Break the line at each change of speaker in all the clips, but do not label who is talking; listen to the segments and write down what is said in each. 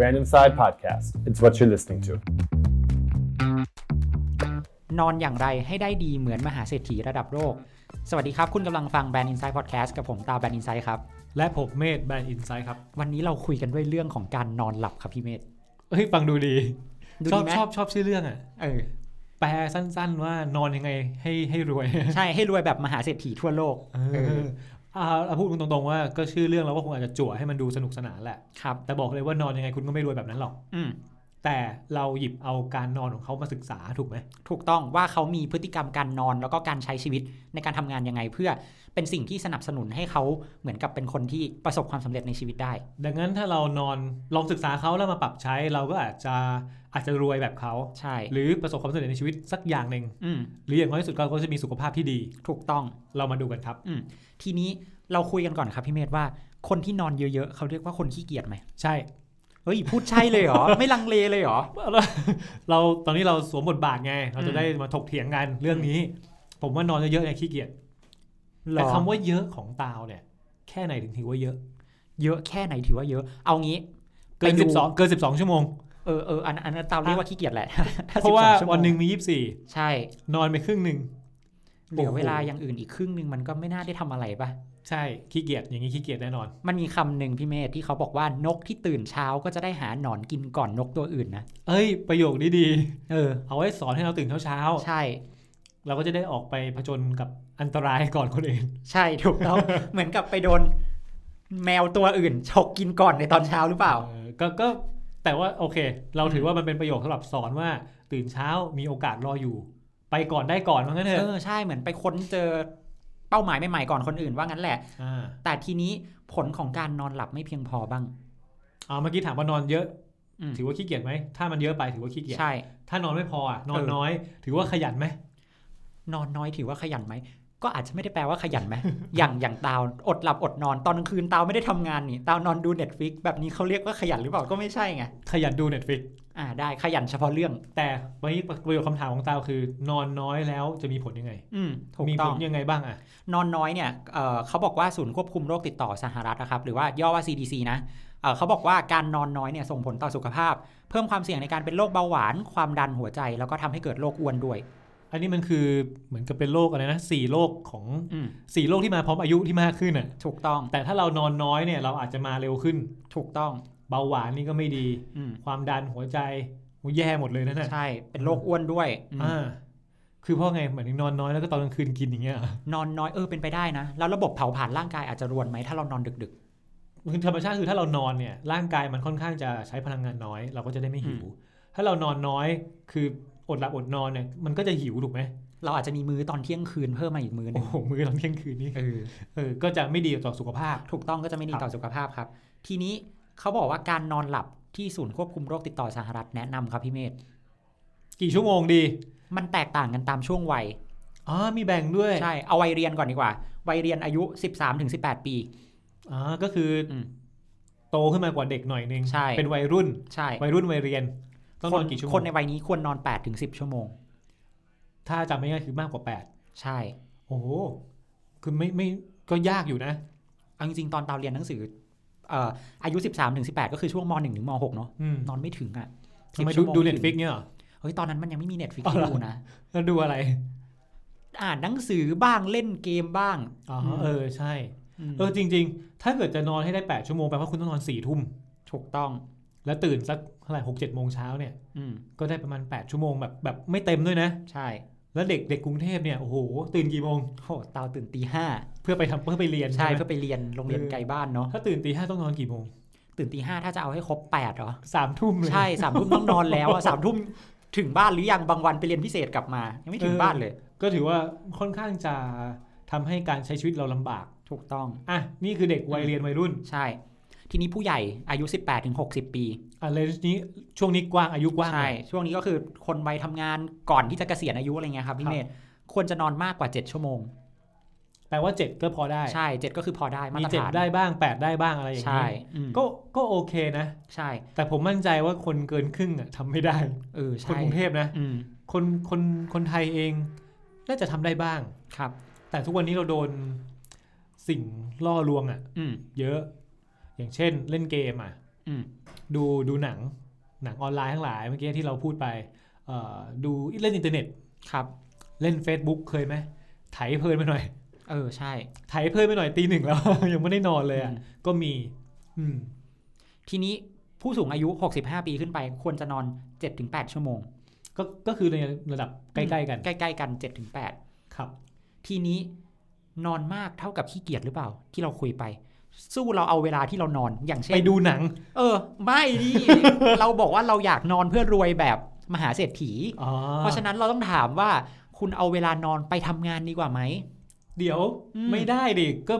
Random Side Podcast. It's what you're listening to.
นอนอย่างไรให้ได้ดีเหมือนมหาเศรษฐีระดับโลก สวัสดีครับ คุณกำลังฟังแบรนด์อินไซด์พอดแคสต์กับผมตาแบรนด์อินไซด์ครับ
และผมเมธแบรนด์อินไซด์ครับ
วันนี้เราคุยกันด้วยเรื่องของการนอนหลับครับพี่เมธ
เฮ้ย ฟังดูดี
ดู
ชอ
ดี
บ
ไหม
ชอบชอบชื่อเรื่องอ่ะ
เออ
แปลสั้นๆว่านอนยังไงให้ให้รวย
ใช่ให้รวยแบบมหาเศรษฐีทั่วโลก
เออเอาเอาพูดตรงๆว่าก็ชื่อเรื่องเราก็คงอาจจะจั่วให้มันดูสนุกสนานแหละ
ครับ
แต่บอกเลยว่านอนยังไงคุณก็ไม่รวยแบบนั้นหรอก
อืม
แต่เราหยิบเอาการนอนของเขามาศึกษาถูกไหม
ถูกต้องว่าเขามีพฤติกรรมการนอนแล้วก็การใช้ชีวิตในการทำงานยังไง เพื่อเป็นสิ่งที่สนับสนุนให้เขาเหมือนกับเป็นคนที่ประสบความสำเร็จในชีวิตได้
ดังนั้นถ้าเรานอนลองศึกษาเขาแล้วมาปรับใช้ เราก็อาจจะอาจจะรวยแบบเขา
ใช่
หรือประสบความสำเร็จในชีวิตสักอย่างหนึ่ง
อืม
หรืออย่างน้อยที่สุดเราก็จะมีสุขภาพที่ดี
ถูกต้อง
เรามาดูกันครับ
อืมทีนี้เราคุยกันก่อนครับพี่เมธว่าคนที่นอนเยอะๆเขาเรียกว่าคนขี้เกียจไหม
ใช่
เฮ้ยพูดใช่เลยเหรอ ไม่ลังเลเลยเหรอ
เรา เราตอนนี้เราสวมบทบาทไง เรา
อื
จะ
ม
ได้มาถกเถียงกันเรื่องนี้ ผมว่านอนเยอะๆเนี่ยขี้เกียจแต่
แต่
คำ
คำว่า
ว่าเยอะของตาวเนี่ย แค่ไหนถึงถือว่าเยอะ
เยอะแค่ไหนถือว่าเยอะ เอางี้
เกิน
ไป
สิ
ดู
บสองเกินสิบสองชั่วโมง
เออเอออันอันนั้นเราเรียกว่าขี้เกียจแหละ ถ้
เพราะว่า
12ชั่โม
วันหนึ่งมียี่สิบสี่
ใช่
นอนไปครึ่งหนึ่ง
เหลือ
โอ้โห
เวลาอย่างอื่นอีกครึ่งหนึ่งมันก็ไม่น่าได้ทำอะไรปะ
ใช่ขี้เกียจอย่างนี้ขี้เกียจแน่นอน
มันมีคำหนึ่งพี่เมธที่เขาบอกว่านกที่ตื่นเช้าก็จะได้หาหนอนกินก่อนนกตัวอื่นนะ
เอ้ย ประโยคนี้ดี
เออ
เอาไว้สอนให้เราตื่นเช้า
ใช่
ๆ เราก็จะได้ออกไปผจญกับอันตรายก่อนคนอื่น
ใช่ถูกต้อง เหมือนกับไปโดน แมวตัวอื่นฉกกินก่อนในตอนเช้าหรือเปล่า
เออก็ก็แต่ว่าโอเค เราถือว่ามันเป็นประโยคสำหรับสอนว่า ตื่นเช้ามีโอกาสรออยู่ ไปก่อนได้ก่อนว่างั้นเถ
เอ
อะ
อใช่เหมือนไปค้นเจอเป้าหมายใหม่ๆก่อนคนอื่นว่างั้นแหละ
อ่า
แต่ทีนี้ผลของการนอนหลับไม่เพียงพอบ้าง
เอาเมื่อกี้ถามว่านอนเยอะ
อืม
ถือว่าขี้เกียจไหมถ้ามันเยอะไปถือว่าขี้เกียจ
ใช่
ถ้านอนไม่พออ่ะนอน
เออ
น้อย ถือว่าขยันไหม
นอนน้อยถือว่าขยันไหมก็อาจจะไม่ได้แปลว่าขยันไห ม อย่างอย่างตาวอดหลับอดนอนตอนกลางคืนตาวไม่ได้ทำงานนี่ตาวนอนดู Netflix แบบนี้เขาเรียกว่าขยันหรือเปล่าก็ไม่ใช่ไง
ขยันดูเน็ตฟิก
อ่าได้ขยันเฉพาะเรื่อง
แต่วันนี้ประโยคคำถามของตาวคือ นอนน้อยแล้วจะมีผลยังไง
อืมถูก
มี
ต้
ผ
อง
ลยังไงบ้างอ่ะ
นอนน้อยเนี่ยเอ่อเขาบอกว่าศูนย์ควบคุมโรคติดต่อสหรัฐนะครับ หรือว่าย่อว่า CDC นะเอ่อเขาบอกว่าการนอนน้อยเนี่ยส่งผลต่อสุขภาพ เพิ่มความเสี่ยงในการเป็นโรคเบาหวาน ความดันหัวใจ แล้วก็ทำให้เกิดโรคอ้วนด้วย
อันนี้มันคือเหมือนกับเป็นโรคอะไรนะสี่โรคของ
อืม
สี่โรคที่มาพร้อมอายุที่มากขึ้นอ่ะ
ถูกต้อง
แต่ถ้าเรานอนน้อยเนี่ยเราอาจจะมาเร็วขึ้น
ถูกต้อง
เบาหวานนี่ก็ไม่ดี
อืม
ความดันหัวใจโอ้แย่หมดเลยนั่นน่ะ
ใช่ เป็นโรคอ้วนด้วยอืม
อ่าคือเพราะไงหมายถึงนอนน้อยแล้วก็ตอนกลางคืนกินอย่างเงี้ยเหรอน
อนน้อยเออเป็นไปได้นะ แล้วระบบเผาผลาญร่างกายอาจจะรวนไหมถ้าเรานอนดึก
คือธรรมชาติคือถ้าเรานอนเนี่ย ร่างกายมันค่อนข้างจะใช้พลังงานน้อย เราก็จะได้ไม่หิว ถ้าเรานอนน้อยคืออดหลับอดนอนเนี่ยมันก็จะหิวถูกไหม
ๆ เราอาจจะมีมื้อตอนเที่ยงคืนเพิ่มมาอีกมื้อหนึ
โอ้
ง
โหมื้อตอนเที่ยงคืนนี่
เออ
เออก็จะไม่ดีต่อสุขภาพ
ถูกต้องก็จะไม่ดีต่อสุขภาพครับ ทีนี้เขาบอกว่าการนอนหลับที่ศูนย์ควบคุมโรคติดต่อสหรัฐแนะนำครับพี่เมธ
กี่ชั่วโมงดี
มันแตกต่างกันตามช่วงวัย
อ๋อมีแบ่งด้วย
ใช่ เอาวัยเรียนก่อนดีกว่า วัยเรียนอายุ 13ถึง18 ปี
อ๋อก็คืออ
ม
โตขึ้นมากว่าเด็กหน่อยนึง
ใช่
เป็นวัยรุ่น
ใช่
วัยรุ่นวัยเรียน ต้องนอนกี่ชั่วโม
ค
ง
นในวัยนี้ควรนอน8ถึง10 ชั่วโมง
ถ้าจำไม่ง่ายคือมากกว่าแปด
ใช่
โอ้โห คือไม่ไม่ก็ยากอยู่นะ
เอาจริงๆ ตอนตาวเรียนหนังสือเอ่ออายุ 13ถึง18 ก็คือช่วงม .1 ถึงม .6 เนาะ
อืม
นอนไม่ถึงอ่ะ
ทำไม
10
ดู
ชั่วโมง
ดู
ไม่
เน็ต
ถึง
ฟิกเนี่ยเหรอ
เฮ้ย ตอนนั้นมันยังไม่มี Netflix
อ๋อ
ให้
เหรอ
ดูนะ
แล้วดูอะไร
อ่านหนังสือบ้างเล่นเกมบ้าง
อ๋ออเออ ใช่
ม
เออ จริง ๆ ถ้าเกิดจะนอนให้ได้ 8 ชั่วโมงแปลว่าคุณต้องนอน 4 ทุ่ม
ถูกต้อง
แล้วตื่นสักเท่าไหร่หกเจ็ดโมงเช้าเนี่ย
อืม
ก็ได้ประมาณ 8 ชั่วโมงแบบแบบไม่เต็มด้วยนะ
ใช่
แล้วเด็กเด็กกรุงเทพเนี่ย โอ้โห ตื่นกี่โมง
โหตาวตื่นตีห้า
เพื่อไปทำเพื่อไปเรียน
ใช่
ใช่ไหม
เพื่อไปเรียนโรงเรียน
เออ
ไกลบ้านเนาะ
ถ้าตื่นตีห้าต้องนอนกี่โมง
ตื่นตีห้าถ้าจะเอาให้ครบแปดเหรอ
สามทุ่มเลย
ใช่สามทุ่มต้องนอน แล้วอะสามทุ่มถึงบ้านหรือยังบางวันไปเรียนพิเศษกลับมา ยังไม่ถึงบ้านเลย
ก็ถือว่าค่อนข้างจะทำให้การใช้ชีวิตเราลำบาก
ถูกต้อง
อ่ะ นี่คือเด็กวัยเรียนวัยรุ่น
ใช่ ทีนี้ผู้ใหญ่อายุ 18ถึง60 ปี
อ่ะเลนส์นี้ช่วงนี้กว้างอายุกว้างห
ใช่
น่อย
ช่วงนี้ก็คือคนวัยทำงานก่อนที่จะเกษียณอายุอะไรเงี้ยครับพี่
ครับ
เมธควรจะนอนมากกว่า 7 ชั่วโมง
แปลว่าเจ็ดก็พอได้
ใช่เจ็ดก็คือพอได้มา
มี
ตร
เจ็ด
ฐาน
ได้บ้างแปดได้บ้างอะไรอย่าง
ใช่
นี้
อืม
ก็ก็โอเคนะ
ใช่
แต่ผมมั่นใจว่าคนเกินครึ่งอ่ะทำไม่ได้
เออ
คน
ใช่
กรุงเทพนะ
อืม
คนคนคนไทยเอง น่าจะทำได้บ้าง
ครับ
แต่ทุกวันนี้เราโดน สิ่งล่อลวงอ่ะ
อืม
เยอะ อย่างเช่นเล่นเกมอ่ะ
อืม
ดูดูหนังหนังออนไลน์ทั้งหลายเมื่อกี้ที่เราพูดไปเอ่อดูเล่นอินเทอร์เน็ต
ครับ
เล่น Facebook เคยไหมไถเพลินไปหน่อย
เออใช่
ไถเพลินไปหน่อยตีหนึ่งแล้ว ยังไม่ได้นอนเลยอ่ะ
อืม
ก็มีอืม
ทีนี้ผู้สูงอายุ 65 ปีขึ้นไป ควรจะนอน 7-8 ชั่วโมง
ก็ก็คือในระดับใกล้ๆกัน
ใกล้ๆกัน 7-8
ครับ
ทีนี้นอนมากเท่ากับขี้เกียจหรือเปล่า ที่เราคุยไป สู้เราเอาเวลาที่เรานอนอย่างเช่
ไป
น
ดูหนัง
เออ ไม่ ดิ เราบอกว่าเราอยากนอนเพื่อรวยแบบมหาเศรษฐี
อ๋อ
เพราะฉะนั้นเราต้องถามว่า คุณเอาเวลานอนไปทำงานดีกว่าไหม
เดี๋ยว
อืม
ไม่ได้ดิก็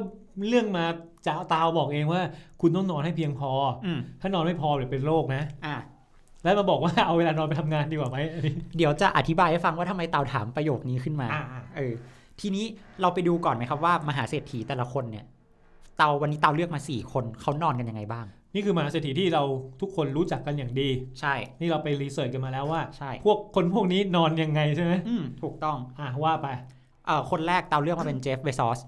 เรื่องมาจ้าตาวบอกเองว่า คุณต้องนอนให้เพียงพอ
อืม
ถ้านอนไม่พอเดี๋ยวเป็นโรคนะ
อ่ะ
แล้วมาบอก ว่า เอาเวลานอนไปทำงานดีกว่าไหมอันนี้
เดี๋ยวจะอธิบายให้ฟังว่าทำไมเตาถามประโยคนี้ขึ้นมา
อ่าอ่า
เออ ทีนี้เราไปดูก่อนไหมครับว่ามหาเศรษฐีแต่ละคนเนี่ย เตาวันนี้เตาเลือกมาสี่คนเขานอนกันยังไงบ้าง
นี่คือมหาเศรษฐีที่เราทุกคนรู้จักกันอย่างดี
ใช่
นี่เราไปรีเสิร์ชกันมาแล้วว่า
ใช่
พวกคนพวกนี้นอนยังไงใช่ไหม
อืมถูกต้อง
อ่ะว่าไป
เออคนแรกเตาเลือกมาเป็นเจฟเบซอส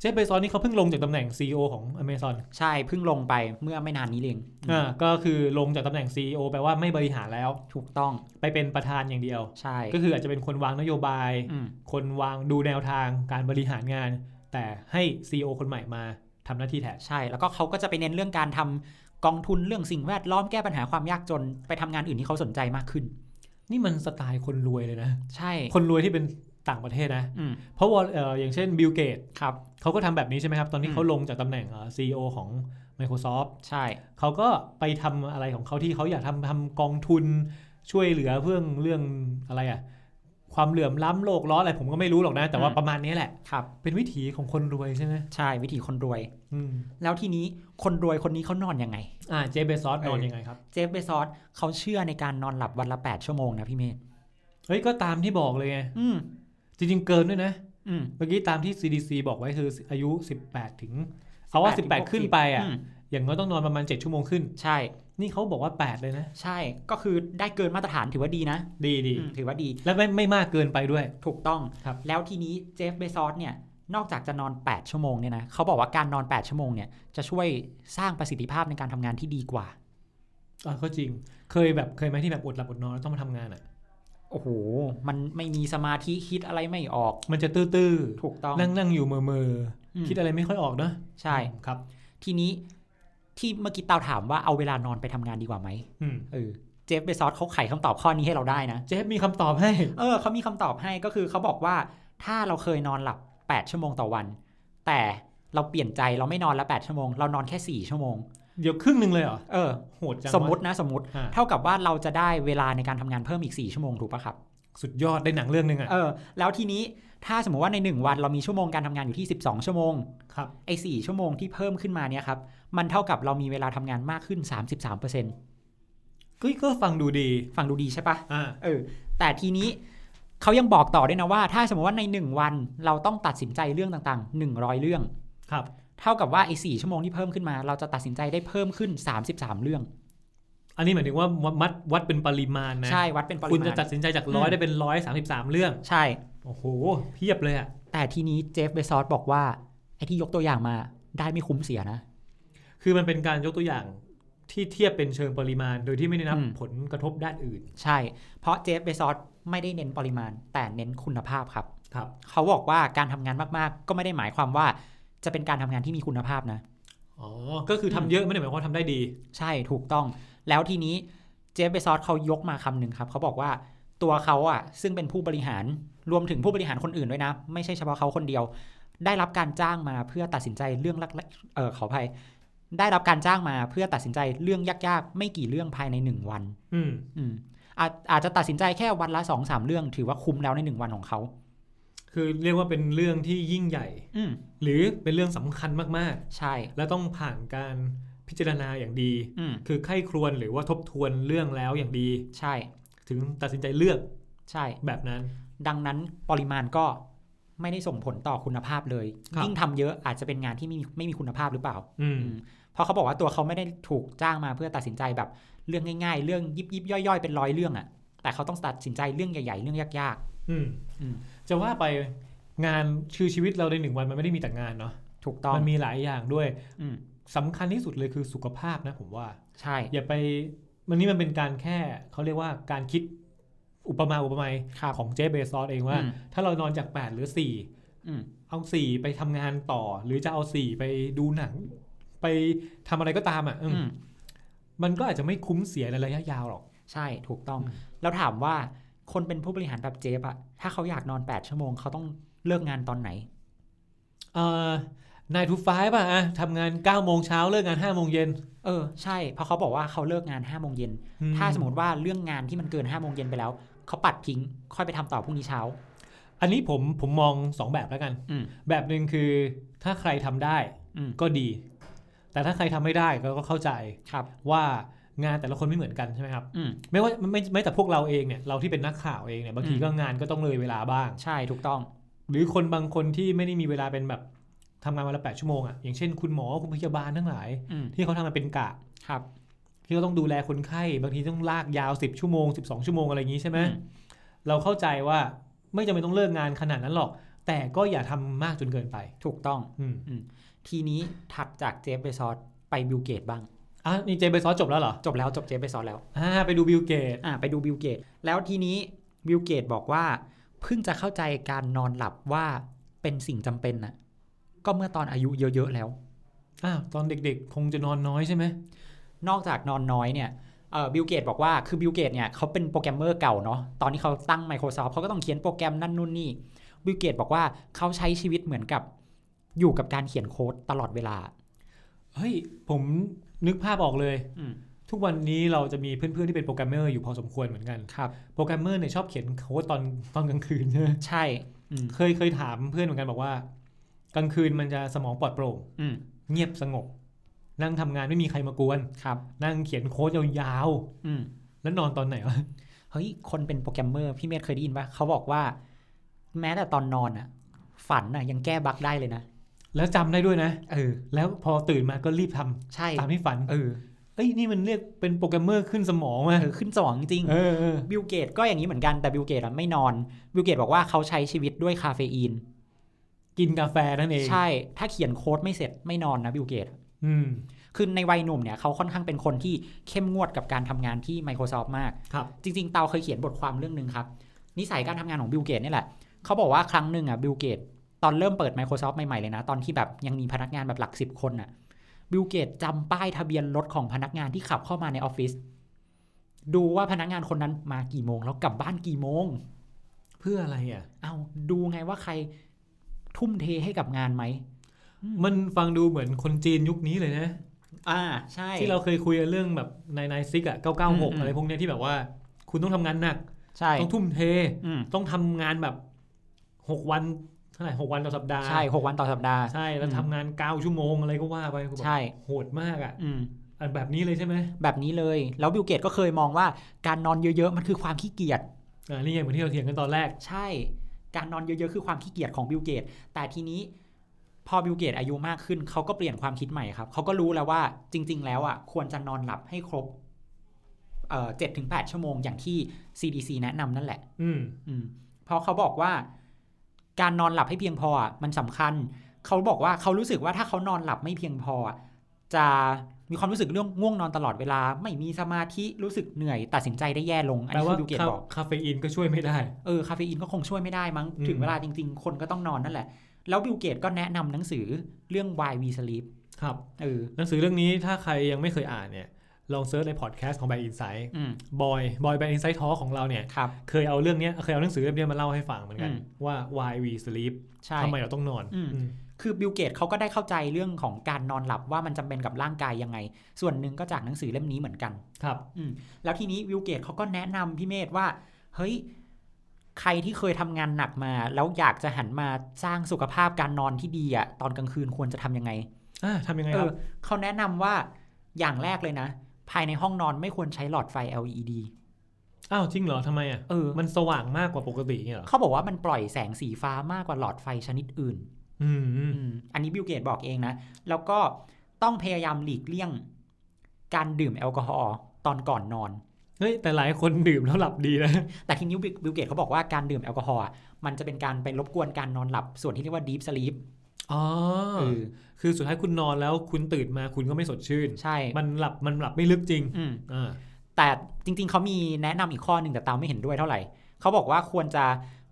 เจฟเบซอสนี่เขาเพิ่งลงจากตำแหน่ง CEO ของ Amazon
ใช่เพิ่งลงไปเมื่อไม่นานนี้เอง
อ่าก็คือลงจากตำแหน่ง CEO แปลว่าไม่บริหารแล้ว
ถูกต้อง
ไปเป็นประธานอย่างเดียว
ใช่
ก็คืออาจจะเป็นคนวางนโยบาย
อืม
คนวางดูแนวทางการบริหารงาน แต่ให้ CEO คนใหม่มาทำหน้าที่แทน
ใช่แล้วก็เขาก็จะไปเน้นเรื่องการทำกองทุนเรื่องสิ่งแวดล้อมแก้ปัญหาความยากจนไปทำงานอื่นที่เขาสนใจมากขึ้น
นี่มันสไตล์คนรวยเลยนะ
ใช่
คนรวยที่เป็นต่างประเทศนะ
อืม
เพราะว่าเอ่ออย่างเช่นบิลเกต
ครับ
เขาก็ทำแบบนี้ใช่ไหมครับ ตอนนี้
อืม
เขาลงจากตำแหน่งเอ่อ CEO ของ Microsoft
ใช่
เขาก็ไปทำอะไรของเขาที่เขาอยากทำทำกองทุนช่วยเหลือเพื่องเรื่องอะไรอะความเหลื่อมล้ำโลกร้อนอะไรผมก็ไม่รู้หรอกนะ แต่ว่าประมาณนี้แหละ
ครับ
เป็นวิถีของคนรวยใช่ไหม
ใช่วิธีคนรวย
อืม
แล้วทีนี้คนรวยคนนี้เขานอนยังไง
อ่าเจฟเบซอสนอน
เออ
ยังไงครับ
เจฟเบซอสเขาเชื่อในการนอนหลับวันละ 8 ชั่วโมงนะพี่เมธ
เฮ้ยก็ตามที่บอกเลยไง
อืม
จริงๆเกินด้วยนะ
อืม
เมื่อกี้ตามที่ CDC บอกไว้คืออายุ 18 ถึงเอาว่า 18 ขึ้นไปอ่ะ
ม
อย่างน้อยต้องนอนประมาณ 7 ชั่วโมงขึ้น
ใช่
นี่เขาบอกว่า 8 เลยนะ
ใช่ก็คือได้เกินมาตรฐานถือว่าดีนะ
ดีดี
อืมถือว่าดี
และไม่ไม่มากเกินไปด้วย
ถูกต้อง
ครับ
แล้วทีนี้เจฟเบซอสเนี่ย นอกจากจะนอน 8 ชั่วโมงเนี่ยนะ เขาบอกว่าการนอน 8 ชั่วโมงเนี่ย จะช่วยสร้างประสิทธิภาพในการทำงานที่ดีกว่า
อ่ะก็จริงเคยแบบเคยไหมที่แบบอดหลับอดนอนแล้วต้องมาทำงานอ่ะ
โอ้โห มันไม่มีสมาธิคิดอะไรไม่ออก
มันจะตื้อๆ
ถูกต้อง
นั่งนั่งอยู่เมือเมอๆ
อืม
คิดอะไรไม่ค่อยออกเนอะ
ใช่
ครับ
ทีนี้ที่เมื่อกี้เตาถามว่าเอาเวลานอนไปทำงานดีกว่าไหม
อืม
เออ เจฟเบซอสเขาไขคำตอบข้อนี้ให้เราได้นะ
เจฟมีคำตอบให้
เออเขามีคำตอบให้ก็คือเขาบอกว่าถ้าเราเคยนอนหลับ 8 ชั่วโมงต่อวัน แต่เราเปลี่ยนใจเราไม่นอนละ8ชั่วโมง เรานอนแค่ 4 ชั่วโมง
เดี๋ยวครึ่งหนึ่งเลยเหรอ
เออ
โหดจัง
สมมติ
วะ
นะสมมติ
อ่ะ
เท่ากับว่าเราจะได้เวลาในการทำงานเพิ่มอีก 4 ชั่วโมงถูกปะครับ
สุดยอดได้หนังเรื่องหนึ่งอ่ะ
เออแล้วทีนี้ถ้าสมมติว่าใน 1 วันเรามีชั่วโมงการทำงานอยู่ที่ 12 ชั่วโมง
ครับ
ไอ้4ชั่วโมงที่เพิ่มขึ้นมาเนี่ยครับมันเท่ากับเรามีเวลาทำงานมากขึ้น 33%
ก็ก็ฟังดูดี
ฟังดูดีใช่ปะ
อ่า
เออแต่ทีนี้เขายังบอกต่อด้วยนะว่า ถ้าสมมติว่าใน 1 วันเราต้องตัดสินใจเรื่องต่างๆ 100 เรื่อง
ครับ
เท่ากับว่าไอ้4ชั่วโมงที่เพิ่มขึ้นมา เราจะตัดสินใจได้เพิ่มขึ้น 33 เรื่อง
อันนี้หมายถึงว่าวัดวัดเป็นปริมาณนะ
ใช่วัดเป็นปริมาณ
คุณจะตัดสินใจจากร้อย
อืม
ได้เป็นร้อยสามสิบสามเรื่อง
ใช่
โอ้โหเพียบเลยอ่ะ
แต่ทีนี้เจฟเบซอสบอกว่า ไอ้ที่ยกตัวอย่างมาได้ไม่คุ้มเสียนะ
คือมันเป็นการยกตัวอย่างที่เทียบเป็นเชิงปริมาณ โดยที่ไม่ได้นับ
อืม
ผลกระทบด้านอื่น
ใช่ เพราะเจฟเบซอสไม่ได้เน้นปริมาณ แต่เน้นคุณภาพครับ
ครับ
เขาบอกว่าการทำงานมากๆ ก็ไม่ได้หมายความว่าจะเป็นการทำงานที่มีคุณภาพนะ
อ๋อ ก็คือทำเยอะไม่ได้หมายความว่าทำได้ดี
ใช่ถูกต้อง แล้วทีนี้เจฟเบซอสเขายกมาคำหนึ่งครับ เขาบอกว่าตัวเขาอ่ะซึ่งเป็นผู้บริหารรวมถึงผู้บริหารคนอื่นด้วยนะ ไม่ใช่เฉพาะเขาคนเดียว ได้รับการจ้างมาเพื่อตัดสินใจเรื่องลักเออขออภัย ได้รับการจ้างมาเพื่อตัดสินใจเรื่องยากๆ ไม่กี่เรื่องภายในหนึ่งวัน
อืม
อืมอาจอาจจะตัดสินใจแค่วันละสองสามเรื่องถือว่าคุ้มแล้วในหนึ่งวันของเขา
คือเรียกว่าเป็นเรื่องที่ยิ่งใหญ่
อืม
หรือเป็นเรื่องสำคัญมาก
ใช่
ๆ และต้องผ่านการพิจารณาอย่างดี
อืม
คือไข้ครวนหรือว่าทบทวนเรื่องแล้วอย่างดี
ใช่
ถึงตัดสินใจเลือก
ใช่
แบบนั้น
ดังนั้นปริมาณก็ไม่ได้ส่งผลต่อคุณภาพเลย
ครับ
ยิ่งทำเยอะอาจจะเป็นงานที่ไม่มีไม่มีคุณภาพหรือเปล่า
อืม
อืมเพราะเขาบอกว่าตัวเขาไม่ได้ถูกจ้างมาเพื่อตัดสินใจแบบเรื่องง่ายๆ เรื่องยิบยิบย่อยๆ เป็นร้อยเรื่องอะ่ะ แต่เขาต้องตัดสินใจเรื่องใหญ่ๆ เรื่องยาก
อืม
อืม
จะว่าไปงานชื่อชีวิตเราในหนึ่งวันมันไม่ได้มีแต่งานเนาะ
ๆ ถูกต้อง
มันมีหลายอย่างด้วย
อืม
สำคัญที่สุดเลยคือสุขภาพนะผมว่า
ใช่
อย่าไปมันนี่มันเป็นการแค่เขาเรียกว่าการคิดอุปมาอุปไมย
ครับ
ของเจฟเบซอสเองว่า
อืม
ถ้าเรานอนจาก 8 หรือ
อืม
4 เอา 4 ไปทำงานต่อ หรือจะเอา 4 ไปดูหนัง ไปทำอะไรก็ตามอ่ะอืม
อืม
มันก็อาจจะไม่คุ้มเสียในระยะยาวหรอก
ใช่ถูกต้อง
อืม
แล้วถามว่าคนเป็นผู้บริหารแบบเจฟอะถ้าเขาอยากนอน 8 ชั่วโมงเขาต้องเลิกงานตอนไหน
เอ่อนายทูฟ้าป่ะอะทำงาน9โมงเช้าเลิกงาน5โมงเย็น
เออใช่เพราะเขาบอกว่าเขาเลิกงาน5้าโมงเย็น
อื
ถ้าสมมติว่าเรื่องงานที่มันเกิน5้าโมงเย็นไปแล้วเขาปัดทิ้ง ค่อยไปทำต่อพรุ่งนี้เช้า
อันนี้ผมผมมอง 2 แบบแล้วกัน
อืม
แบบหนึ่งคือถ้าใครทำได้
อืม
ก็ดี แต่ถ้าใครทำไม่ได้ก็ก็เข้าใจ
ครับ
ว่างานแต่ละคนไม่เหมือนกันใช่ไหมครับ
อืม
ไม่ว่าไม่ไม่แต่พวกเราเองเนี่ยเราที่เป็นนักข่าวเองเนี่ยบางที
อืม
ก็งานก็ต้องเลยเวลาบ้าง
ใช่ถูกต้อง
หรือคนบางคนที่ไม่ได้มีเวลาเป็นแบบทำงานวันละแปดชั่วโมงอ่ะอย่างเช่นคุณหมอคุณพยาบาลทั้งหลาย
อืม
ที่เขาทำงานเป็นกะ
ครับ
ที่เขาต้องดูแลคนไข้บางทีต้องลากยาว 10 ชั่วโมง 12 ชั่วโมงอะไรอย่างนี้ใช่ไหม
อืม
เราเข้าใจว่าไม่จำเป็นต้องเลิกงานขนาดนั้นหรอก แต่ก็อย่าทำมากจนเกินไป
ถูกต้อง
อืม
ทีนี้ถัดจากเจฟเบซอสไปบิลเกตบ้าง
อ่ะนี่เจเบซอสจบแล้วเหรอ
จบแล้วจบเจฟเบซอสแล้ว
อ่าไปดูบิลเกต
อ่าไปดูบิลเกต แล้วทีนี้บิลเกตบอกว่าเพิ่งจะเข้าใจการนอนหลับว่าเป็นสิ่งจำเป็นนะก็เมื่อตอนอายุเยอะ ๆ แล้ว
อ้าวตอนเด็กๆ คงจะนอนน้อยใช่ไหม
นอกจากนอนน้อยเนี่ยเอ่อบิลเกตบอกว่าคือบิลเกตเนี่ยเขาเป็นโปรแกรมเมอร์เก่าเนาะตอนที่เขาตั้ง Microsoft เขาก็ต้องเขียนโปรแกรมนั่นนู่นนี่บิลเกตบอกว่าเขาใช้ชีวิตเหมือนกับอยู่กับการเขียนโค้ดตลอดเวลา
เฮ้ยผมนึกภาพออกเลย
อืม
ทุกวันนี้เราจะมีเพื่อนๆที่เป็นโปรแกรมเมอร์อยู่พอสมควรเหมือนกัน
ครับ
โปรแกรมเมอร์เนี่ยชอบเขียนโค้ดตอนตอนกลางคืนใช่ไหม
ใช่อืม
เคยเคยถามเพื่อนเหมือนกันบอกว่า กลางคืนมันจะสมองปลอดโปร่ง
อืม
เงียบสงบ นั่งทำงานไม่มีใครมากวน
ครับ
นั่งเขียนโค้ดยาว
อืม
ๆ แล้วนอนตอนไหนวะ
เฮ้ย คนเป็นโปรแกรมเมอร์ พี่เมธเคยได้ยินปะเขาบอกว่า แม้แต่ตอนนอนอะฝันอะยังแก้บั๊กได้เลยนะ
แล้วจำได้ด้วยนะ
เออ
แล้วพอตื่นมาก็รีบทำ
ใช่
ตามที่ฝัน
เออ
เอ้ยนี่มันเรียกเป็นโปรแกรมเมอร์ขึ้นสมองมา
เออขึ้นสมองจริง
เออเออ
บิลเกตก็อย่างนี้เหมือนกันแต่บิลเกตอะไม่นอน บิลเกตบอกว่าเขาใช้ชีวิตด้วยคาเฟอีน
กินกาแฟนั่นเอง
ใช่ ถ้าเขียนโค้ดไม่เสร็จไม่นอนนะบิลเกต
อืม
คือในวัยหนุ่มเนี่ยเขาค่อนข้างเป็นคนที่เข้มงวดกับการทำงานที่ Microsoft มาก
ครับ
จริง ๆ เตาเคยเขียนบทความเรื่องหนึ่งครับ นิสัยการทำงานของบิลเกตนี่แหละ เขาบอกว่าครั้งหนึ่งอ่ะบิลเกตตอนเริ่มเปิด Microsoft ใหม่ ๆ เลยนะ ตอนที่แบบยังมีพนักงานแบบหลักสิบคนอ่ะบิลเกตจำป้ายทะเบียนรถของพนักงานที่ขับเข้ามาในออฟฟิศดูว่าพนักงานคนนั้นมากี่โมง แล้วกลับบ้านกี่โมง
เพื่ออะไรอ่ะ
เอาดูไงว่าใครทุ่มเทให้กับงานไหม
มันฟังดูเหมือนคนจีนยุคนี้เลยนะ
อ่าใช่
ที่เราเคยคุยกันเรื่องแบบนายนายซิกอะเก้าเก้าหก
อืม
อะไรพวกเนี้ยที่แบบว่า คุณต้องทำงานหนัก
ใช่
ต้องทุ่มเท
อืม
ต้องทำงานแบบหกวันเท่าไหร่หกวันต่อสัปดาห์
ใช่หกวันต่อสัปดาห์
ใช่แล้ว
อืม
ทำงานเก้าชั่วโมงอะไรก็ว่าไปคุณบอก
ใช่
โหดมากอะ
อืม
อ่ะแบบนี้เลยใช่ไหม
แบบนี้เลย แล้วบิลเกตก็เคยมองว่าการนอนเยอะๆ มันคือความขี้เกียจ
อ่านี่ไงเหมือนที่เราเถียงกันตอนแรก
ใช่ การนอนเยอะๆ คือความขี้เกียจของบิลเกต แต่ทีนี้พอบิลเกตอายุมากขึ้น เขาก็เปลี่ยนความคิดใหม่ครับ เขาก็รู้แล้วว่าจริง ๆ แล้วอ่ะควรจะนอนหลับให้ครบเจ็ดถึงแปดชั่วโมงอย่างที่ CDC แนะนำนั่นแหละ
อืม
อืมเพราะเขาบอกว่าการนอนหลับให้เพียงพออ่ะมันสำคัญ เขาบอกว่าเขารู้สึกว่าถ้าเขานอนหลับไม่เพียงพออ่ะจะมีความรู้สึกเรื่องง่วงนอนตลอดเวลา ไม่มีสมาธิรู้สึกเหนื่อยตัดสินใจได้แย่ลง อัน
แปล
นี้คื
ว่า
อบิลเกต
คา
บอก
คาเฟอีนก็ช่วยไม่ได้
เออคาเฟอีนก็คงช่วยไม่ได้มั้ง
อืม
ถึงเวลาจริง ๆ คนก็ต้องนอนนั่นแหละ แล้วบิลเกตก็แนะนำหนังสือเรื่อง why we sleep
ครับ
เออ
หนังสือเรื่องนี้ถ้าใครยังไม่เคยอ่านเนี่ย ลองเซิร์ชในพอดแคสต์ของ By Insight
อืม
บอยบอย By Insight Talk ของเราเนี่ย
ครับ
เคยเอาเรื่องเนี้ยเคยเอาหนังสือเล่มเนี้ยมาเล่าให้ฟังเหมือนกัน
อืม
ว่า why we sleep
ใช่
ทำไมเราต้องนอน
อืม
อืม
คือบิลเกตเขาก็ได้เข้าใจเรื่องของการนอนหลับว่ามันจำเป็นกับร่างกายยังไง ส่วนหนึ่งก็จากหนังสือเล่มนี้เหมือนกัน
ครับ
อืมแล้วทีนี้วิลเกตเขาก็แนะนำพี่เมธว่า เฮ้ย ใครที่เคยทำงานหนักมา แล้วอยากจะหันมาสร้างสุขภาพการนอนที่ดีอะตอนกลางคืนควรจะทำยังไง
อ่าทำยังไง
เอ
ครั
อบ เขาแนะนำว่าอย่างแรกเลยนะ ภายในห้องนอนไม่ควรใช้หลอดไฟ LED
อ้าวจริงเหรอทำไมอ่ะ
เออ
มันสว่างมากกว่าปกติอย่างเงี้ยเหรอ
เขาบอกว่ามันปล่อยแสงสีฟ้ามากกว่าหลอดไฟชนิดอื่น
อืมอืม
อืมอันนี้บิลเกตบอกเองนะ แล้วก็ต้องพยายามหลีกเลี่ยง การดื่มแอลกอฮอล์ตอนก่อนนอน
เฮ้ยแต่หลายคนดื่มแล้วหลับดีนะ
แต่ทีนี้บิลบิลเกตเขาบอกว่าการดื่มแอลกอฮอล์อะมันจะเป็นการไปรบกวนการนอนหลับส่วนที่เรียกว่า deep sleep
อ๋อ
เออ
คือสุดท้ายคุณนอนแล้วคุณตื่นมาคุณก็ไม่สดชื่น
ใช่
มันหลับมันหลับไม่ลึกจริง
อืม
อ่า
แต่จริง ๆ เขามีแนะนำอีกข้อหนึ่งแต่ตามไม่เห็นด้วยเท่าไหร่ เขาบอกว่าควรจะ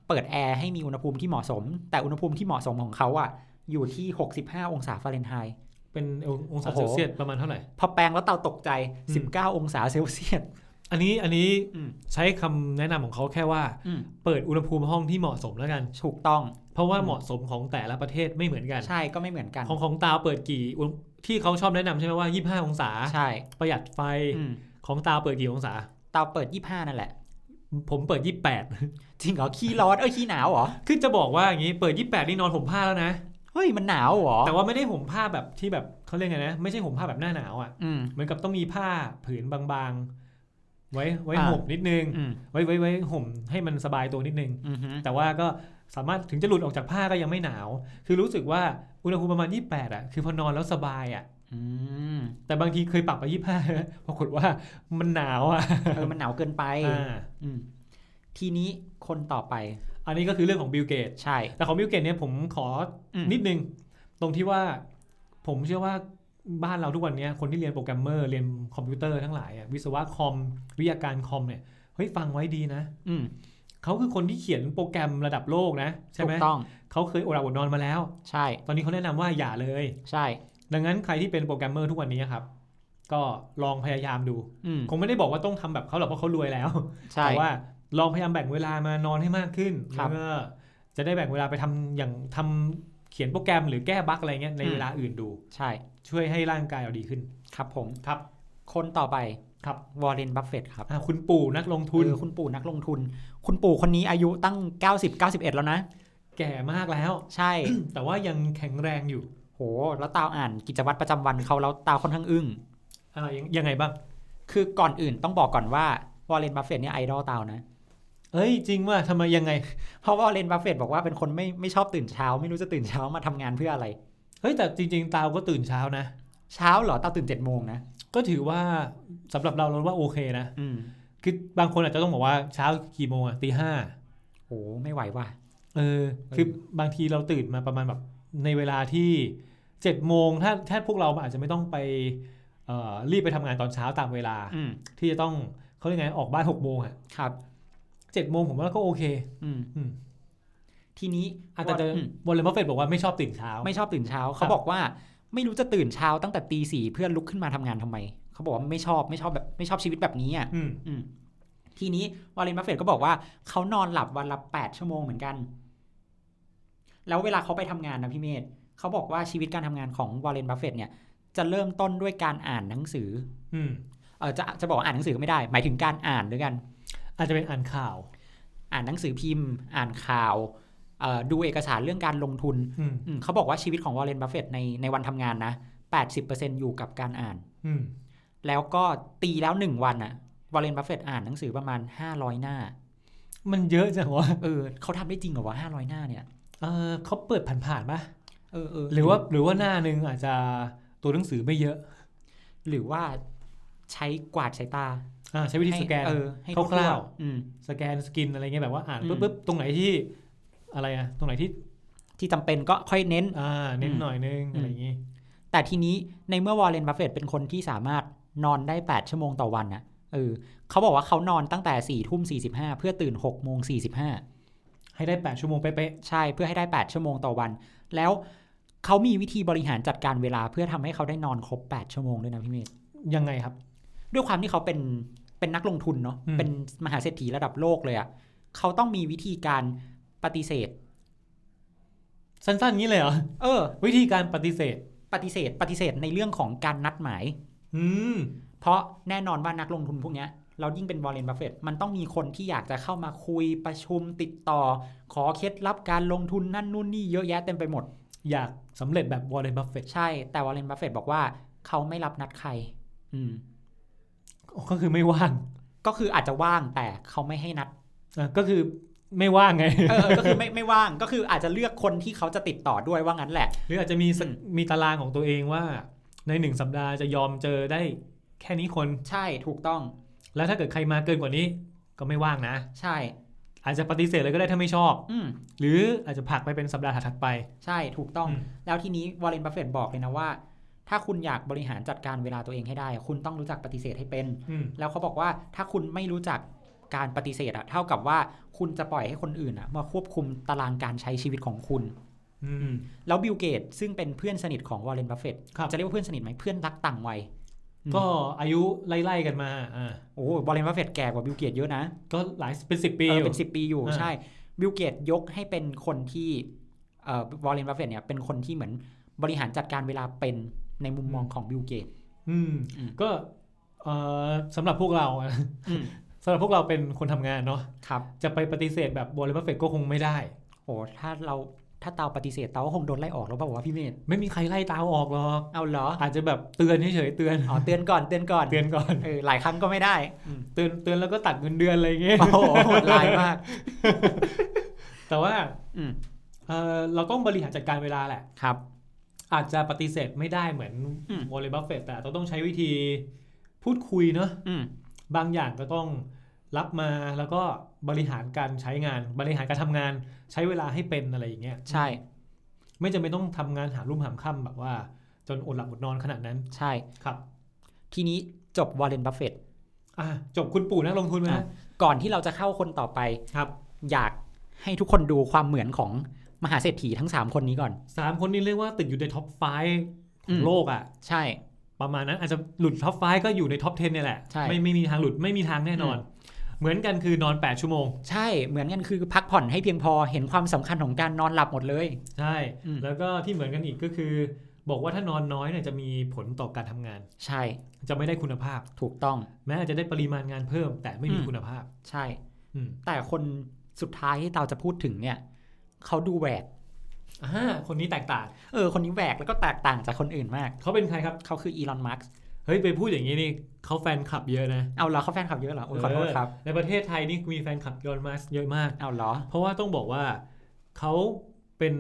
เปิดแอร์ให้มีอุณหภูมิที่เหมาะสม แต่อุณหภูมิที่เหมาะสมของเขาอะอยู่ที่ 65 องศาฟาเรนไฮต์
เป็นองศา
โอ้โห
เซลเซียสประมาณเท่าไหร่
พอแปลงแล้วเตาตกใจ
อืม
19 องศาเซลเซียส
อันนี้อันนี้
อืม
ใช้คำแนะนำของเขาแค่ว่า
อืม
เปิดอุณหภูมิห้องที่เหมาะสมแล้วกัน
ถูกต้อง
เพราะว่าเหมาะสมของแต่ละประเทศไม่เหมือนกัน
ใช่ก็ไม่เหมือนกัน
ของของตาวเปิดกี่อุณที่เขาชอบแนะนำใช่ไหมว่า 25 องศา
ใช่
ประหยัดไฟ
อืม
ของตาวเปิดกี่องศา
เตาเปิด 25 นั่นแหละ
ผมเปิด
จริงเหรอ ขี้ร้อนเอ้ยขี้หนาวเหรอ
28 คือจะบอกว่าอย่างนี้เปิด 28 นี่นอนห่มผ้าแล้วนะ
เฮ้ย มันหนาวเหรอ
แต่ว่าไม่ได้ห่มผ้าแบบที่แบบเขาเรียกไงนะ ไม่ใช่ห่มผ้าแบบหน้าหนาวอ่ะ
อืม
เหมือนกับต้องมีผ้าผืนบางๆ ไว้ไว้
อ่า
ห่มนิดนึง
อืม
ไว้ไว้ไว้ห่มให้มันสบายตัวนิดนึง
อือฮึ
แต่ว่าก็สามารถถึงจะหลุดออกจากผ้าก็ยังไม่หนาว คือรู้สึกว่าอุณหภูมิประมาณ 28 อ่ะ คือพอนอนแล้วสบายอ่ะ
อืม
แต่บางทีเคยปรับไป 25 ปรากฏ ว่ามันหนาวอ่ะ
เออมันหนาวเกินไป
อ่า
อืมทีนี้คนต่อไป
อันนี้ก็คือเรื่องของบิลเกต
ใช่
แต่ของบิลเกตเนี่ยผมขอ
อืม
นิดนึง ตรงที่ว่าผมเชื่อว่าบ้านเราทุกวันเนี้ยคนที่เรียนโปรแกรมเมอร์ เรียนคอมพิวเตอร์ทั้งหลายอะวิศวะคอม วิทยาการคอมเนี่ยเฮ้ยฟังไว้ดีนะ
อืม
เขาคือคนที่เขียนโปรแกรมระดับโลกนะ ใช่
ถู
ไหม
กต้อง
เขาเคยอดหลับอดนอนมาแล้ว
ใช่
ตอนนี้เขาแนะนำว่าอย่าเลย
ใช่
ดังนั้นใครที่เป็นโปรแกรมเมอร์ทุกวันนี้ครับ ก็ลองพยายามดู
อืม
คงไม่ได้บอกว่าต้องทำแบบเขาหรอกเพราะเขารวยแล้ว
ใช่
แต่ว่าลองพยายามแบ่งเวลามานอนให้มากขึ้น
ครับ
แล้วก็จะได้แบ่งเวลาไปทำอย่างทำเขียนโปรแกรมหรือแก้บั๊กอะไรเงี้ยใน
อืม
เวลาอื่นดู
ใช่
ช่วยให้ร่างกายเราดีขึ้น
ครับผม
ครับ
คนต่อไป
ครับ
วอร์เรนบัฟเฟตครับ
อ่ะคุณปู่นักลงทุน
เออคุณปู่นักลงทุน คุณปู่คนนี้อายุตั้ง 90 91 แล้วนะ
แก่มากแล้ว
ใช่
แต่ว่ายังแข็งแรงอยู่
โห แล้วตาวอ่านกิจวัตรประจำวันเขาแล้วตาวค่อนข้างอึ้ง
อะไรยังยังไงบ้าง
คือก่อนอื่นต้องบอกก่อนว่าวอร์เรนบัฟเฟตเนี่ยไอดอลตาวนะ
เอ้ยจริงว่าทำไมยังไง
เพราะวอร์เรนบัฟเฟตบอกว่าเป็นคนไม่ไม่ชอบตื่นเช้า ไม่รู้จะตื่นเช้ามาทำงานเพื่ออะไร
เฮ้ยแต่จริง ๆ ตาวก็ตื่นเช้านะ
เช้าเหรอตาวตื่น7จ็ดโมงนะ
ก็ถือว่าสำหรับเราเราว่าโอเคนะ
อืม
คือบางคนอาจจะต้องบอกว่าเช้ากี่โมงอะตีห้า
โหไม่ไหวว่ะ
เออคือบางทีเราตื่นมาประมาณแบบในเวลาที่เจ็ดโมงถ้าถ้าพวกเราอาจจะไม่ต้องไปเอ่อรีบไปทำงานตอนเช้าตามเวลา
อืม
ที่จะต้องเขาเรียกไงออกบ้านหกโมงอะ
ครับ
เจ็ดโมงผมว่าก็โอเค
อืม
อืม
ทีนี้
อาจจะ
อืม
วอลเลนบัฟเฟตบอกว่าไม่ชอบตื่นเช้า
ไม่ชอบตื่นเช้า
ครั
เขา
บ
บอกว่าไม่รู้จะตื่นเช้าตั้งแต่ตีสี่เพื่อลุกขึ้นมาทำงานทำไม เขาบอกว่าไม่ชอบไม่ชอบแบบไม่ชอบชีวิตแบบนี้อ่ะ
อืม
อืมทีนี้วอลเลนบัฟเฟตก็บอกว่าเขานอนหลับวันละแปดชั่วโมงเหมือนกัน แล้วเวลาเขาไปทำงานนะพี่เมธเขาบอกว่าชีวิตการทำงานของวอลเลนบัฟเฟตเนี่ย จะเริ่มต้นด้วยการอ่านหนังสือ
อืม
เออจะจะบอกว่าอ่านหนังสือก็ไม่ได้ หมายถึงการอ่านด้วยกัน
อาจจะเป็นอ่านข่าว
อ่านหนังสือพิมพ์ อ่านข่าวเอ่อดูเอกสารเรื่องการลงทุน
อืม
อืมเขาบอกว่าชีวิตของวอร์เรนบัฟเฟตในในวันทำงานนะ 80%อยู่กับการอ่าน
อืม
แล้วก็ตีแล้ว 1 วันอะวอร์เรนบัฟเฟตอ่านหนังสือประมาณ 500 หน้า
มันเยอะจังวะ
เออเขาทำได้จริงเหรอวะ500 หน้าเนี่ย
เออเขาเปิดผ่านๆป่ะ
เออเออ
หรือว่าหรือว่าหน้านึงอาจจะตัวหนังสือไม่เยอะ
หรือว่าใช้กวาดสายตา
อ่าใช้วิธีสแกน
ให้เออให้
คร่าวๆ
ๆอืม
สแกนสกินอะไรเงี้ยแบบว่าอ่าน
อืม
ปุ๊บปุ๊บตรงไหนที่อะไรอะตรงไหนที่
ที่จำเป็นก็ค่อยเน้น
อ่าเน้น
อืม
หน่อยนึง
อืม
อะไรอย่างงี้
แต่ทีนี้ในเมื่อวอร์เรนบัฟเฟตเป็นคนที่สามารถนอนได้ 8 ชั่วโมงต่อวันอะเออเขาบอกว่าเขานอนตั้งแต่4ี่ทุ่มสีเพื่อตื่น6กโมงสี
ให้ได้ 8 ชั่วโมงเป๊ะ
ใช่เพื่อให้ได้ 8 ชั่วโมงต่อวัน แล้วเขามีวิธีบริหารจัดการเวลาเพื่อทำให้เขาได้นอนครบ 8 ชั่วโมงด้วยนะพี่เมธ
ๆยังไงครับ
ด้วยความที่เขาเป็นเป็นนักลงทุนเนาะ
อืม
เป็นมหาเศรษฐีระดับโลกเลยอะ่ะเขาต้องมีวิธีการปฏิเสธ
สั้นๆงี้เลยเหรอ
เออ
วิธีการปฏิเสธ
ปฏิเสธ ปฏิเสธในเรื่องของการนัดหมาย
อืม
เพราะแน่นอนว่านักลงทุนพวกเนี้ยเรายิ่งเป็นวอลเลนบัฟเฟตมันต้องมีคนที่อยากจะเข้ามาคุยประชุมติดต่อ ขอเคล็ดลับการลงทุนนั่นนู่นนี่เยอะแยะเต็มไปหมด
อยากสำเร็จแบบวอร์เรนบัฟเฟต
ใช่แต่วอลเลนบัฟเฟตบอกว่าเขาไม่รับนัดใคร อืม
ก็คือไม่ว่าง
ก็คืออาจจะว่างแต่เขาไม่ให้นัด
อ่ะก็คือไม่ว่างไง
เออ ก็คือไม่ไม่ว่าง ก็คืออาจจะเลือกคนที่เขาจะติดต่อด้วยว่างั้นแหละ
หรืออาจจะมีสัก
อืม
มีตารางของตัวเองว่า ในหนึ่งสัปดาห์จะยอมเจอได้แค่นี้คน
ใช่ถูกต้อง
แล้วถ้าเกิดใครมาเกินกว่านี้ ก็ไม่ว่างนะ
ใช่
อาจจะปฏิเสธเลยก็ได้ถ้าไม่ชอบ
อืม
หรืออาจจะผลักไปเป็นสัปดาห์ถัดๆไป
ใช่ถูกต้อง
อืม
แล้วทีนี้วอร์เรนบัฟเฟตบอกเลยนะว่า ถ้าคุณอยากบริหารจัดการเวลาตัวเองให้ได้ คุณต้องรู้จักปฏิเสธให้เป็น
อืม
แล้วเขาบอกว่าถ้าคุณไม่รู้จักการปฏิเสธอะเท่ากับว่าคุณจะปล่อยให้คนอื่นอะมาควบคุมตารางการใช้ชีวิตของคุณ
อืม
แล้วบิลเกตซึ่งเป็นเพื่อนสนิทของวอร์เรนบัฟเฟต
ครับ
จะเรียกว่าเพื่อนสนิทไหมเพื่อนรักต่างวัยอืม
ก็อายุไล่ๆกันมาอ่า
โอ้วอร์เรนบัฟเฟตแก่กว่าบิลเกตเยอะนะ
ก็หลายเป็นสิบปี
เออ
อยู่
เป็นสิบปีอยู่
อ่า
ใช่ บิลเกตยกให้เป็นคนที่เอ่อวอลเลนบัฟเฟตเนี่ยเป็นคนที่เหมือนบริหารจัดการเวลาเป็นในมุมมองของบิลเกต
อืม
อืม
ก็เอ่อสำหรับพวกเรา สำหรับพวกเราเป็นคนทำงานเนาะ
ครับ
จะไปปฏิเสธแบบบอลเลนบัฟเฟตก็คงไม่ได้
โอ้ถ้าเราถ้าเตาปฏิเสธเตาก็คงโดนไล่ออกแล้วเปล่าวะพี่เมธ
ไม่มีใครไล่ตาออกหรอก
เอาเหรอ
อาจจะแบบเตือนเฉยๆเตือน
อ๋อเตือนก่อนเตือนก่อน
เตือนก่อน
เออหลายครั้งก็ไม่ได้ อืม
เตือนเตือนแล้วก็ตัดเงินเดือนอะไรอย่างเงี้ย
โอ้โหโหดร้ายมาก
แต่ว่า
อืม
เอ่อเราต้องบริหารจัดการเวลาแหละ
ครับ
อาจจะปฏิเสธไม่ได้เหมือน
อืม
วอลเลนบัฟเฟตแต่ต้องต้องใช้วิธีพูดคุยเนาะ
อืม
บางอย่างก็ต้องรับมาแล้วก็บริหารการใช้งาน บริหารการทำงานใช้เวลาให้เป็นอะไรอย่างเงี้ย
ใช่
ไม่จำเป็นต้องทำงานหามรุ่มหามค่ำแบบว่า จนอดหลับอดนอนขนาดนั้น
ใช่
ครับ
ทีนี้จบวอลเลนบัฟเฟต
อ่ะจบคุณปู่นักลงทุนไหมฮะ
ก่อนที่เราจะเข้าคนต่อไป
ครับ
อยากให้ทุกคนดูความเหมือนของมหาเศรษฐีทั้งสามคนนี้ก่อน
สามคนนี้เรียกว่าติดอยู่ในท็อปไฟข
อื
อง
ม
โลกอ่ะ
ใช่
ประมาณนั้นอาจจะหลุดท็อปไฟก็อยู่ในท็อป 10 เนี่ยแหละ
ใช่
ไม่ไม่มีทางหลุดไม่มีทางแน่นอน เหมือนกันคือนอน 8 ชั่วโมง
ใช่ เหมือนกันคือพักผ่อนให้เพียงพอเห็นความสำคัญของการนอนหลับหมดเลย
ใช่
อืม
แล้วก็ที่เหมือนกันอีกก็คือ บอกว่าถ้านอนน้อยเนี่ยจะมีผลต่อการทำงาน
ใช่
จะไม่ได้คุณภาพ
ถูกต้อง
แม้อาจจะได้ปริมาณงานเพิ่ม แต่ไม่มี
อืม
คุณภาพ
ใช่
อืม
แต่คนสุดท้ายที่เราจะพูดถึงเนี่ยเขาดูแหวก
อ่าคนนี้แตกต่าง
เออ คนนี้แหวกแล้วก็แตกต่างจากคนอื่นมาก
เขาเป็นใครครับ
เขาคืออีลอนมาร์ก
เฮ้ยไปพูดอย่างนี้นี่เขาแฟนคลับเยอะนะ
เอาเหรอเขาแฟนคลับเยอะเหรอโอ้ยขอโทษครับ
เออในประเทศไทยนี่มีแฟนคลับยอนมาสเยอะมาก
เอาเหรอ
เพราะว่าต้องบอกว่าเขาเป็น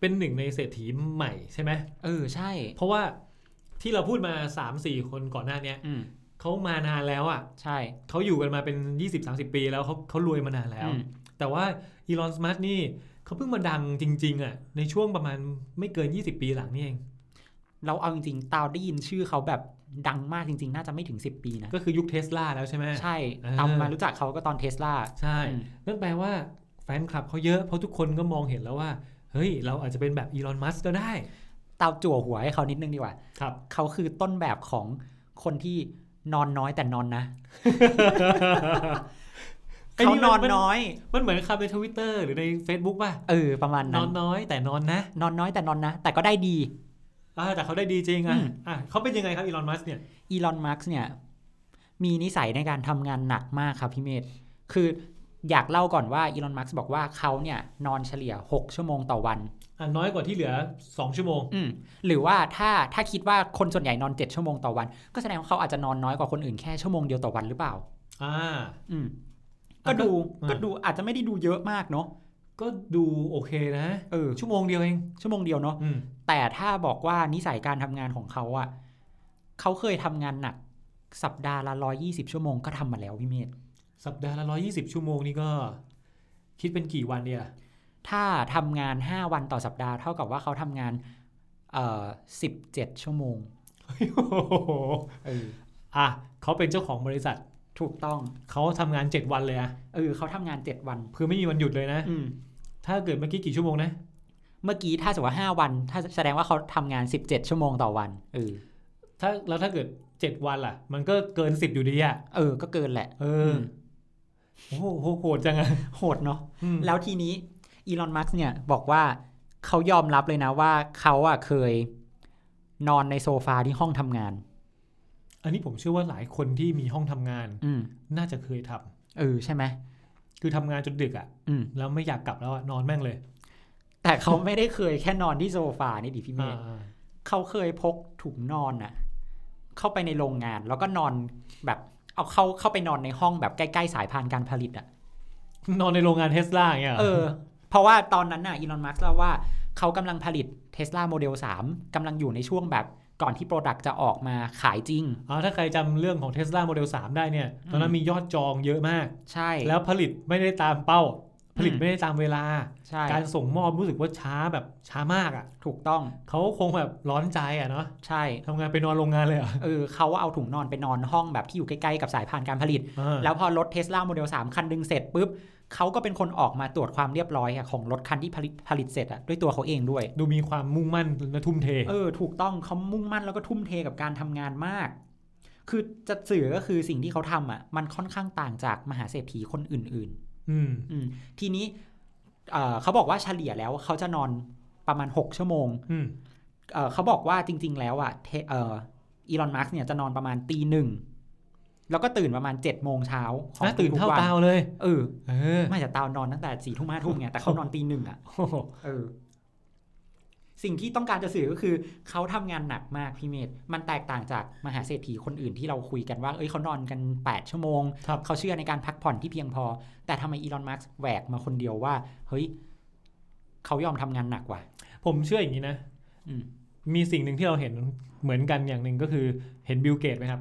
เป็นหนึ่งในเศรษฐีใหม่ใช่ไหม
เออ ใช่
เพราะว่าที่เราพูดมา 3 4 คนก่อนหน้าเนี้ย
อืม
เขามานานแล้วอะ่ะ
ใช่
เขาอยู่กันมาเป็น 20 30 ปีแล้วเขาเขารวยมานานแล้ว
อืม
แต่ว่าอีลอนสมาร์ทนี่เขาเพิ่งมาดังจริง ๆอะ่ะในช่วงประมาณไม่เกิน 20 ปีหลังนี่เอง
เราเอาจริงๆตาวได้ยินชื่อเขาแบบดังมากจริง ๆ น่าจะไม่ถึง 10 ปีนะ
ก็คือยุคเทสลาแล้วใช่ไหม
ใช่
เออ
ตามมารู้จักเขาก็ตอนเทสลา
ใช่
อืม
นั่นแปลว่าแฟนคลับเขาเยอะเพราะทุกคนก็มองเห็นแล้วว่า เฮ้ย เราอาจจะเป็นแบบอีลอนมัสก็ได้
ตาวจั่วหัวให้เขานิดนึงดีกว่า
ครับ
เขาคือต้นแบบของคนที่นอนน้อยแต่นอนนะ
ไอ้
เขา
นี่
น
มั
อน นน้อย
มันเหมือนคำในทวิตเตอร์หรือใน Facebook ป่ะ
เออ ประมาณ
น
นั้
อน นน้อยแต่นอนนะ
นอนน้อยแต่นอนนะ แต่ก็ได้ดี
อ่าแต่เขาได้ดีจริงอ่ะ
อืม
อ่ะเขาเป็นยังไงครับอีลอนมัสเนี่ย
อีลอนมาร์กเนี่ย มีนิสัยในการทำงานหนักมากครับพี่เมธคืออยากเล่าก่อนว่าอีลอนมาร์กบอกว่าเขาเนี่ยนอนเฉลี่ย 6 ชั่วโมงต่อวัน
อ่ะน้อยกว่าที่เหลือ 2 ชั่วโมง
อืมหรือว่าถ้าถ้าคิดว่าคนส่วนใหญ่นอน 7 ชั่วโมงต่อวัน ก็แสดงว่าเขาอาจจะนอนน้อยกว่าคนอื่นแค่ชั่วโมงเดียวต่อวันหรือเปล่า
อ่า
อืม
อ่ะ
ก็
ก็
ดู
อ่า
ก็ดูอาจจะไม่ได้ดูเยอะมากเนาะ
ก็ดูโอเคนะ
เออ
ชั่วโมงเดียวเอง
ชั่วโมงเดียวเนาะ
อืม
แต่ถ้าบอกว่านิสัยการทำงานของเขาอะเขาเคยทำงานหนัก สัปดาห์ละร้อยี่สิบชั่วโมงก็ทำมาแล้วพี่เมธ
สัปดาห์ละ 120 ชั่วโมงนี่ก็ คิดเป็นกี่วันเดีย
ถ้าทำงานห้าวันต่อสัปดาห์เท่ากับว่าเขาทำงานเอ่อสิบเจ็ดชั่วโมงเออ
อ่ะเขาเป็นเจ้าของบริษัท
ถูกต้อง
เขาทำงาน 7 วันเลยอะ
เออเขาทำงานเจ็ดวัน
คือไม่มีวันหยุดเลยนะ
อืม
ถ้าเกิดเมื่อกี้กี่ชั่วโมงนะ
เมื่อกี้ถ้าสมมติว่าห้าวัน ถ้าแสดงว่าเขาทำงานสิบเจ็ดชั่วโมงต่อวันเออ
ถ้าแล้วถ้าเกิด 7 วันล่ะ มันก็เกิน 10 อยู่ดีอะ
เออ ก็เกินแหละ
เออ
อื
อ
ม
โอ้โหโหโหดจังอะ
โหดเนาะ
อืม
แล้วทีนี้อีลอนมาร์กเนี่ยบอกว่าเขายอมรับเลยนะว่าเขาอะเคยนอนในโซฟาที่ห้องทำงาน
อันนี้ผมเชื่อว่าหลายคนที่มีห้องทำงาน
อืม
น่าจะเคยทำ
เออใช่ไหม
คือทำงานจนดึกอะ
อืม
แล้วไม่อยากกลับแล้วอะนอนแม่งเลย
แต่เขาไม่ได้เคยแค่นอนที่โซฟานี่ดิพี่เมย์
อ่า
เขาเคยพกถุงนอนอะเข้าไปในโรงงาน แล้วก็นอนแบบเอาเข้าเข้าไปนอนในห้องแบบใกล้ๆสายพานการผลิตอะ
นอนในโรงงานเทสลาอย่างเงี้ยหร
เออ เพราะว่าตอนนั้นน่ะอีลอนมาร์กเล่าว่าเขากำลังผลิตเทสลาโมเดล3กำลังอยู่ในช่วงแบบ ก่อนที่โปรดักต์จะออกมาขายจริง
อ่าถ้าใครจำเรื่องของ Tesla Model 3 ได้เนี่ยตอนนั้น
อืม
มียอดจองเยอะมาก
ใช่
แล้วผลิตไม่ได้ตามเป้า ผลิตไม่ได้ตามเวลา
ใช่
การส่งมอบรู้สึกว่าช้าแบบช้ามากอ่ะ
ถูกต้อง
เขาคงแบบร้อนใจอ่ะเนาะ
ใช่
ทำงานไปนอนโรงงานเลยเหรอ่ะ
เออเขาเอาถุงนอนไปนอนห้องแบบที่อยู่ใกล้ๆกับสายพานการผลิต แล้วพอรถเทสลาโมเดล3 คันดึงเสร็จปุ๊บเขาก็เป็นคนออกมาตรวจความเรียบร้อยอะของรถคันที่ผลิตผลิตเสร็จอะด้วยตัวเขาเองด้วย
ดูมีความมุ่งมั่นและทุ่มเท
เออ ถูกต้องเขามุ่งมั่นแล้วก็ทุ่มเทกับการทำงานมาก คือจะสื่อก็คือสิ่งที่เขาทำอ่ะ มันค่อนข้างต่างจากมหาเศรษฐีคนอื่น
อืม
ๆ อืมทีนี้เอ่อเขาบอกว่าเฉลี่ยแล้วเขาจะนอนประมาณ 6 ชั่วโมง
อืม
เอ่อเขาบอกว่าจริง ๆ แล้วอ่ะเทเอ่ออีลอนมัสเนี่ยจะนอนประมาณตีหนึ่งแล้วก็ตื่นประมาณ7จ็ดโมงเช้าของ
น่าตื่น
ทุก
เท่า
ๆวั
เตาเลย
เออ
เออ
ไม่แต่ตาวนอนตั้งแต่สี่ทุ่มห้าทุ่มไงแต่เขานอนตีหนึ่งอ่ะ
โอ้โห
เออสิ่งที่ต้องการจะสื่อก็คือ เขาทำงานหนักมากพี่เมธมันแตกต่างจากมหาเศรษฐีคนอื่นที่เราคุยกันว่า เอ้ยเขานอนกัน 8 ชั่วโมง
ครับ
เขาเชื่อในการพักผ่อนที่เพียงพอ แต่ทำไมอีลอนมาร์กแหวกมาคนเดียวว่า เฮ้ย เขายอมทำงานหนักว่ะ
ผมเชื่ออย่างนี้นะ
อืม
มีสิ่งหนึ่งที่เราเห็นเหมือนกันอย่างหนึ่งก็คือเห็นบิลเกตไหมครับ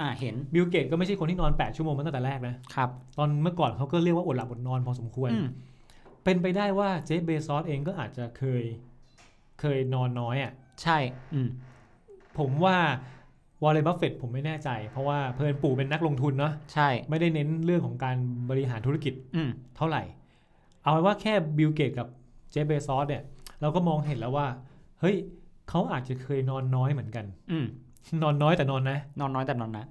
อ่าเห็น
บิลเกตก็ไม่ใช่คนที่นอน 8 ชั่วโมงมาตั้งแต่แรกนะ
ครับ
ตอนเมื่อก่อนเขาก็เรียกว่าอดหลับอดนอนพอสมควร
อืม
เป็นไปได้ว่าเจฟเบซอสเองก็อาจจะเคย เคยนอนน้อยอะ่ะ
ใช่ อืม
ผมว่าวอลเลย์บัฟเฟตผมไม่แน่ใจ เพราะว่าเพิ่นปู่เป็นนักลงทุนเนาะ
ใช่
ไม่ได้เน้นเรื่องของการบริหารธุรกิจ
อืม
เท่าไหร่ เอาไว้ว่าแค่บิลเกตกับเจฟเบซอสเนี่ย เราก็มองเห็นแล้วว่า เฮ้ยเขาอาจจะเคยนอนน้อยเหมือนกัน
อืม
นอนน้อยแต่นอนนะ
นอนน้อยแต่นอนนะ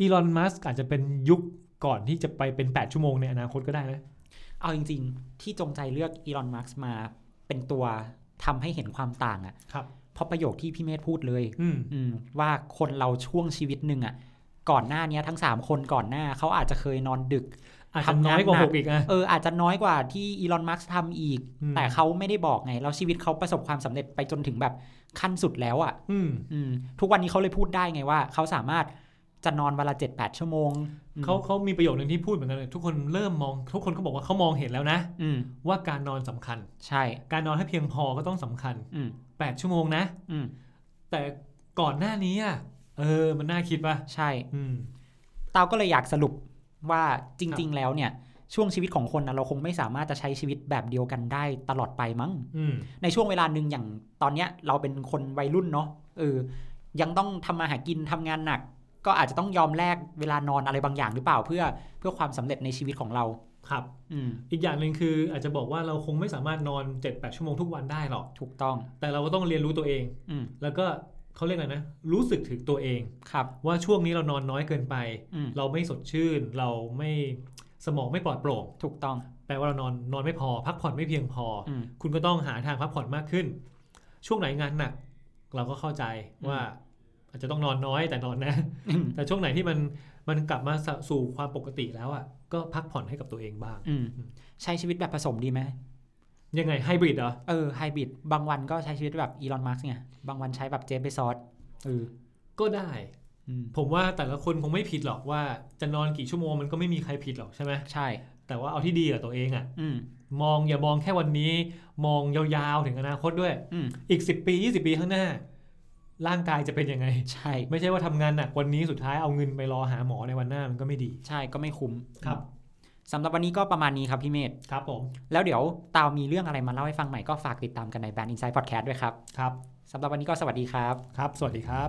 อีลอนมัสอาจจะเป็นยุคก่อนที่จะไปเป็น 8 ชั่วโมงในอนาคตก็ได้นะ
เอาจริง ๆ ที่จงใจเลือกอีลอนมาร์กมาเป็นตัวทำให้เห็นความต่างอะ
ครับ
เพราะประโยคที่พี่เมธพูดเลย
อืม
อืมว่าคนเราช่วงชีวิตหนึ่งอะก่อนหน้าเนี้ยทั้ง 3 คนก่อนหน้าเขาอาจจะเคยนอนดึก
อาจจะน้อยกว่า 6 อีกอ่ะ
เอออาจจะน้อยกว่าที่อีลอนมาร์กทำอีก
อืม
แต่เขาไม่ได้บอกไง แล้วชีวิตเขาประสบความสำเร็จไปจนถึงแบบขั้นสุดแล้วอะ
อืม
อืมทุกวันนี้เขาเลยพูดได้ไงว่าเขาสามารถจะนอนวันละเจ็ดแปดชั่วโมงอืม
เขาเขามีประโยคนึงที่พูดเหมือนกันเลยทุกคนเริ่มมอง ทุกคนเขาบอกว่าเขามองเห็นแล้วนะ
อืม
ว่าการนอนสำคัญ
ใช่
การนอนให้เพียงพอก็ต้องสำคัญ
อืม
8 ชั่วโมงนะ
อืม
แต่ก่อนหน้านี้อ่ะเออ มันน่าคิดป่ะ
ใช่
อืม
เตาก็เลยอยากสรุปว่าจริง ๆ แล้วเนี่ย ช่วงชีวิตของคนนะเราคงไม่สามารถจะใช้ชีวิตแบบเดียวกันได้ตลอดไปมั้ง
อืม
ในช่วงเวลาหนึ่งอย่างตอนเนี้ยเราเป็นคนวัยรุ่นเนาะเออยังต้องทำมาหากินทำงานหนัก ก็อาจจะต้องยอมแลกเวลานอนอะไรบางอย่างหรือเปล่าเพื่อเพื่อความสำเร็จในชีวิตของเรา
ครับ
อืม
อีกอย่างหนึ่งคืออาจจะบอกว่าเราคงไม่สามารถนอน 7-8 ชั่วโมงทุกวันได้หรอก
ถูกต้อง
แต่เราก็ต้องเรียนรู้ตัวเอง
อืม
แล้วก็เขาเรียกอะไรนะ รู้สึกถึงตัวเอง
ครับ
ว่าช่วงนี้เรานอนน้อยเกินไป
อืม
เราไม่สดชื่น เราไม่สมองไม่ปลอดโปร่ง
ถูกต้อง
แปลว่าเรานอนนอนไม่พอ พักผ่อนไม่เพียงพอ
อืม
คุณก็ต้องหาทางพักผ่อนมากขึ้น ช่วงไหนงานหนัก เราก็เข้าใจ
อืม
ว่า อาจจะต้องนอนน้อยแต่นอนนะ
อืม
แต่ช่วงไหนที่มันมันกลับมาสะสู่ความปกติแล้วอ่ะก็พักผ่อนให้กับตัวเองบ้าง
อืมใช้ชีวิตแบบผสมดีไหม
ยังไงไฮบริดเหรอ
เออไฮบริดบางวันก็ใช้ชีวิตแบบอีลอนมาร์กไงบางวันใช้แบบเจฟเบซอสเออ
ก็ได้
อืม
ผมว่าแต่ละคนคงไม่ผิดหรอกว่าจะนอนกี่ชั่วโมงมันก็ไม่มีใครผิดหรอกใช่ไหม
ใช่
แต่ว่าเอาที่ดีกับตัวเองอ่ะ
อืม
มองอย่ามองแค่วันนี้ มองยาวๆถึงอนาคตด้วย
อืม
อีก 10 ปี 20 ปีข้างหน้า ร่างกายจะเป็นยังไง
ใช่
ไม่ใช่ว่าทำงานหนักวันนี้สุดท้ายเอาเงินไปรอหาหมอในวันหน้ามันก็ไม่ดี
ใช่ก็ไม่คุ้ม
ครับ
สำหรับวันนี้ก็ประมาณนี้ครับพี่เมธ
ครับผม
แล้วเดี๋ยวตาวมีเรื่องอะไรมาเล่าให้ฟังใหม่ก็ฝากติดตามกันในแบรนด์ Inside Podcast ด้วยครับ
ครับ
สำหรับวันนี้ก็สวัสดีครับ
ครับ สวัสดีครับ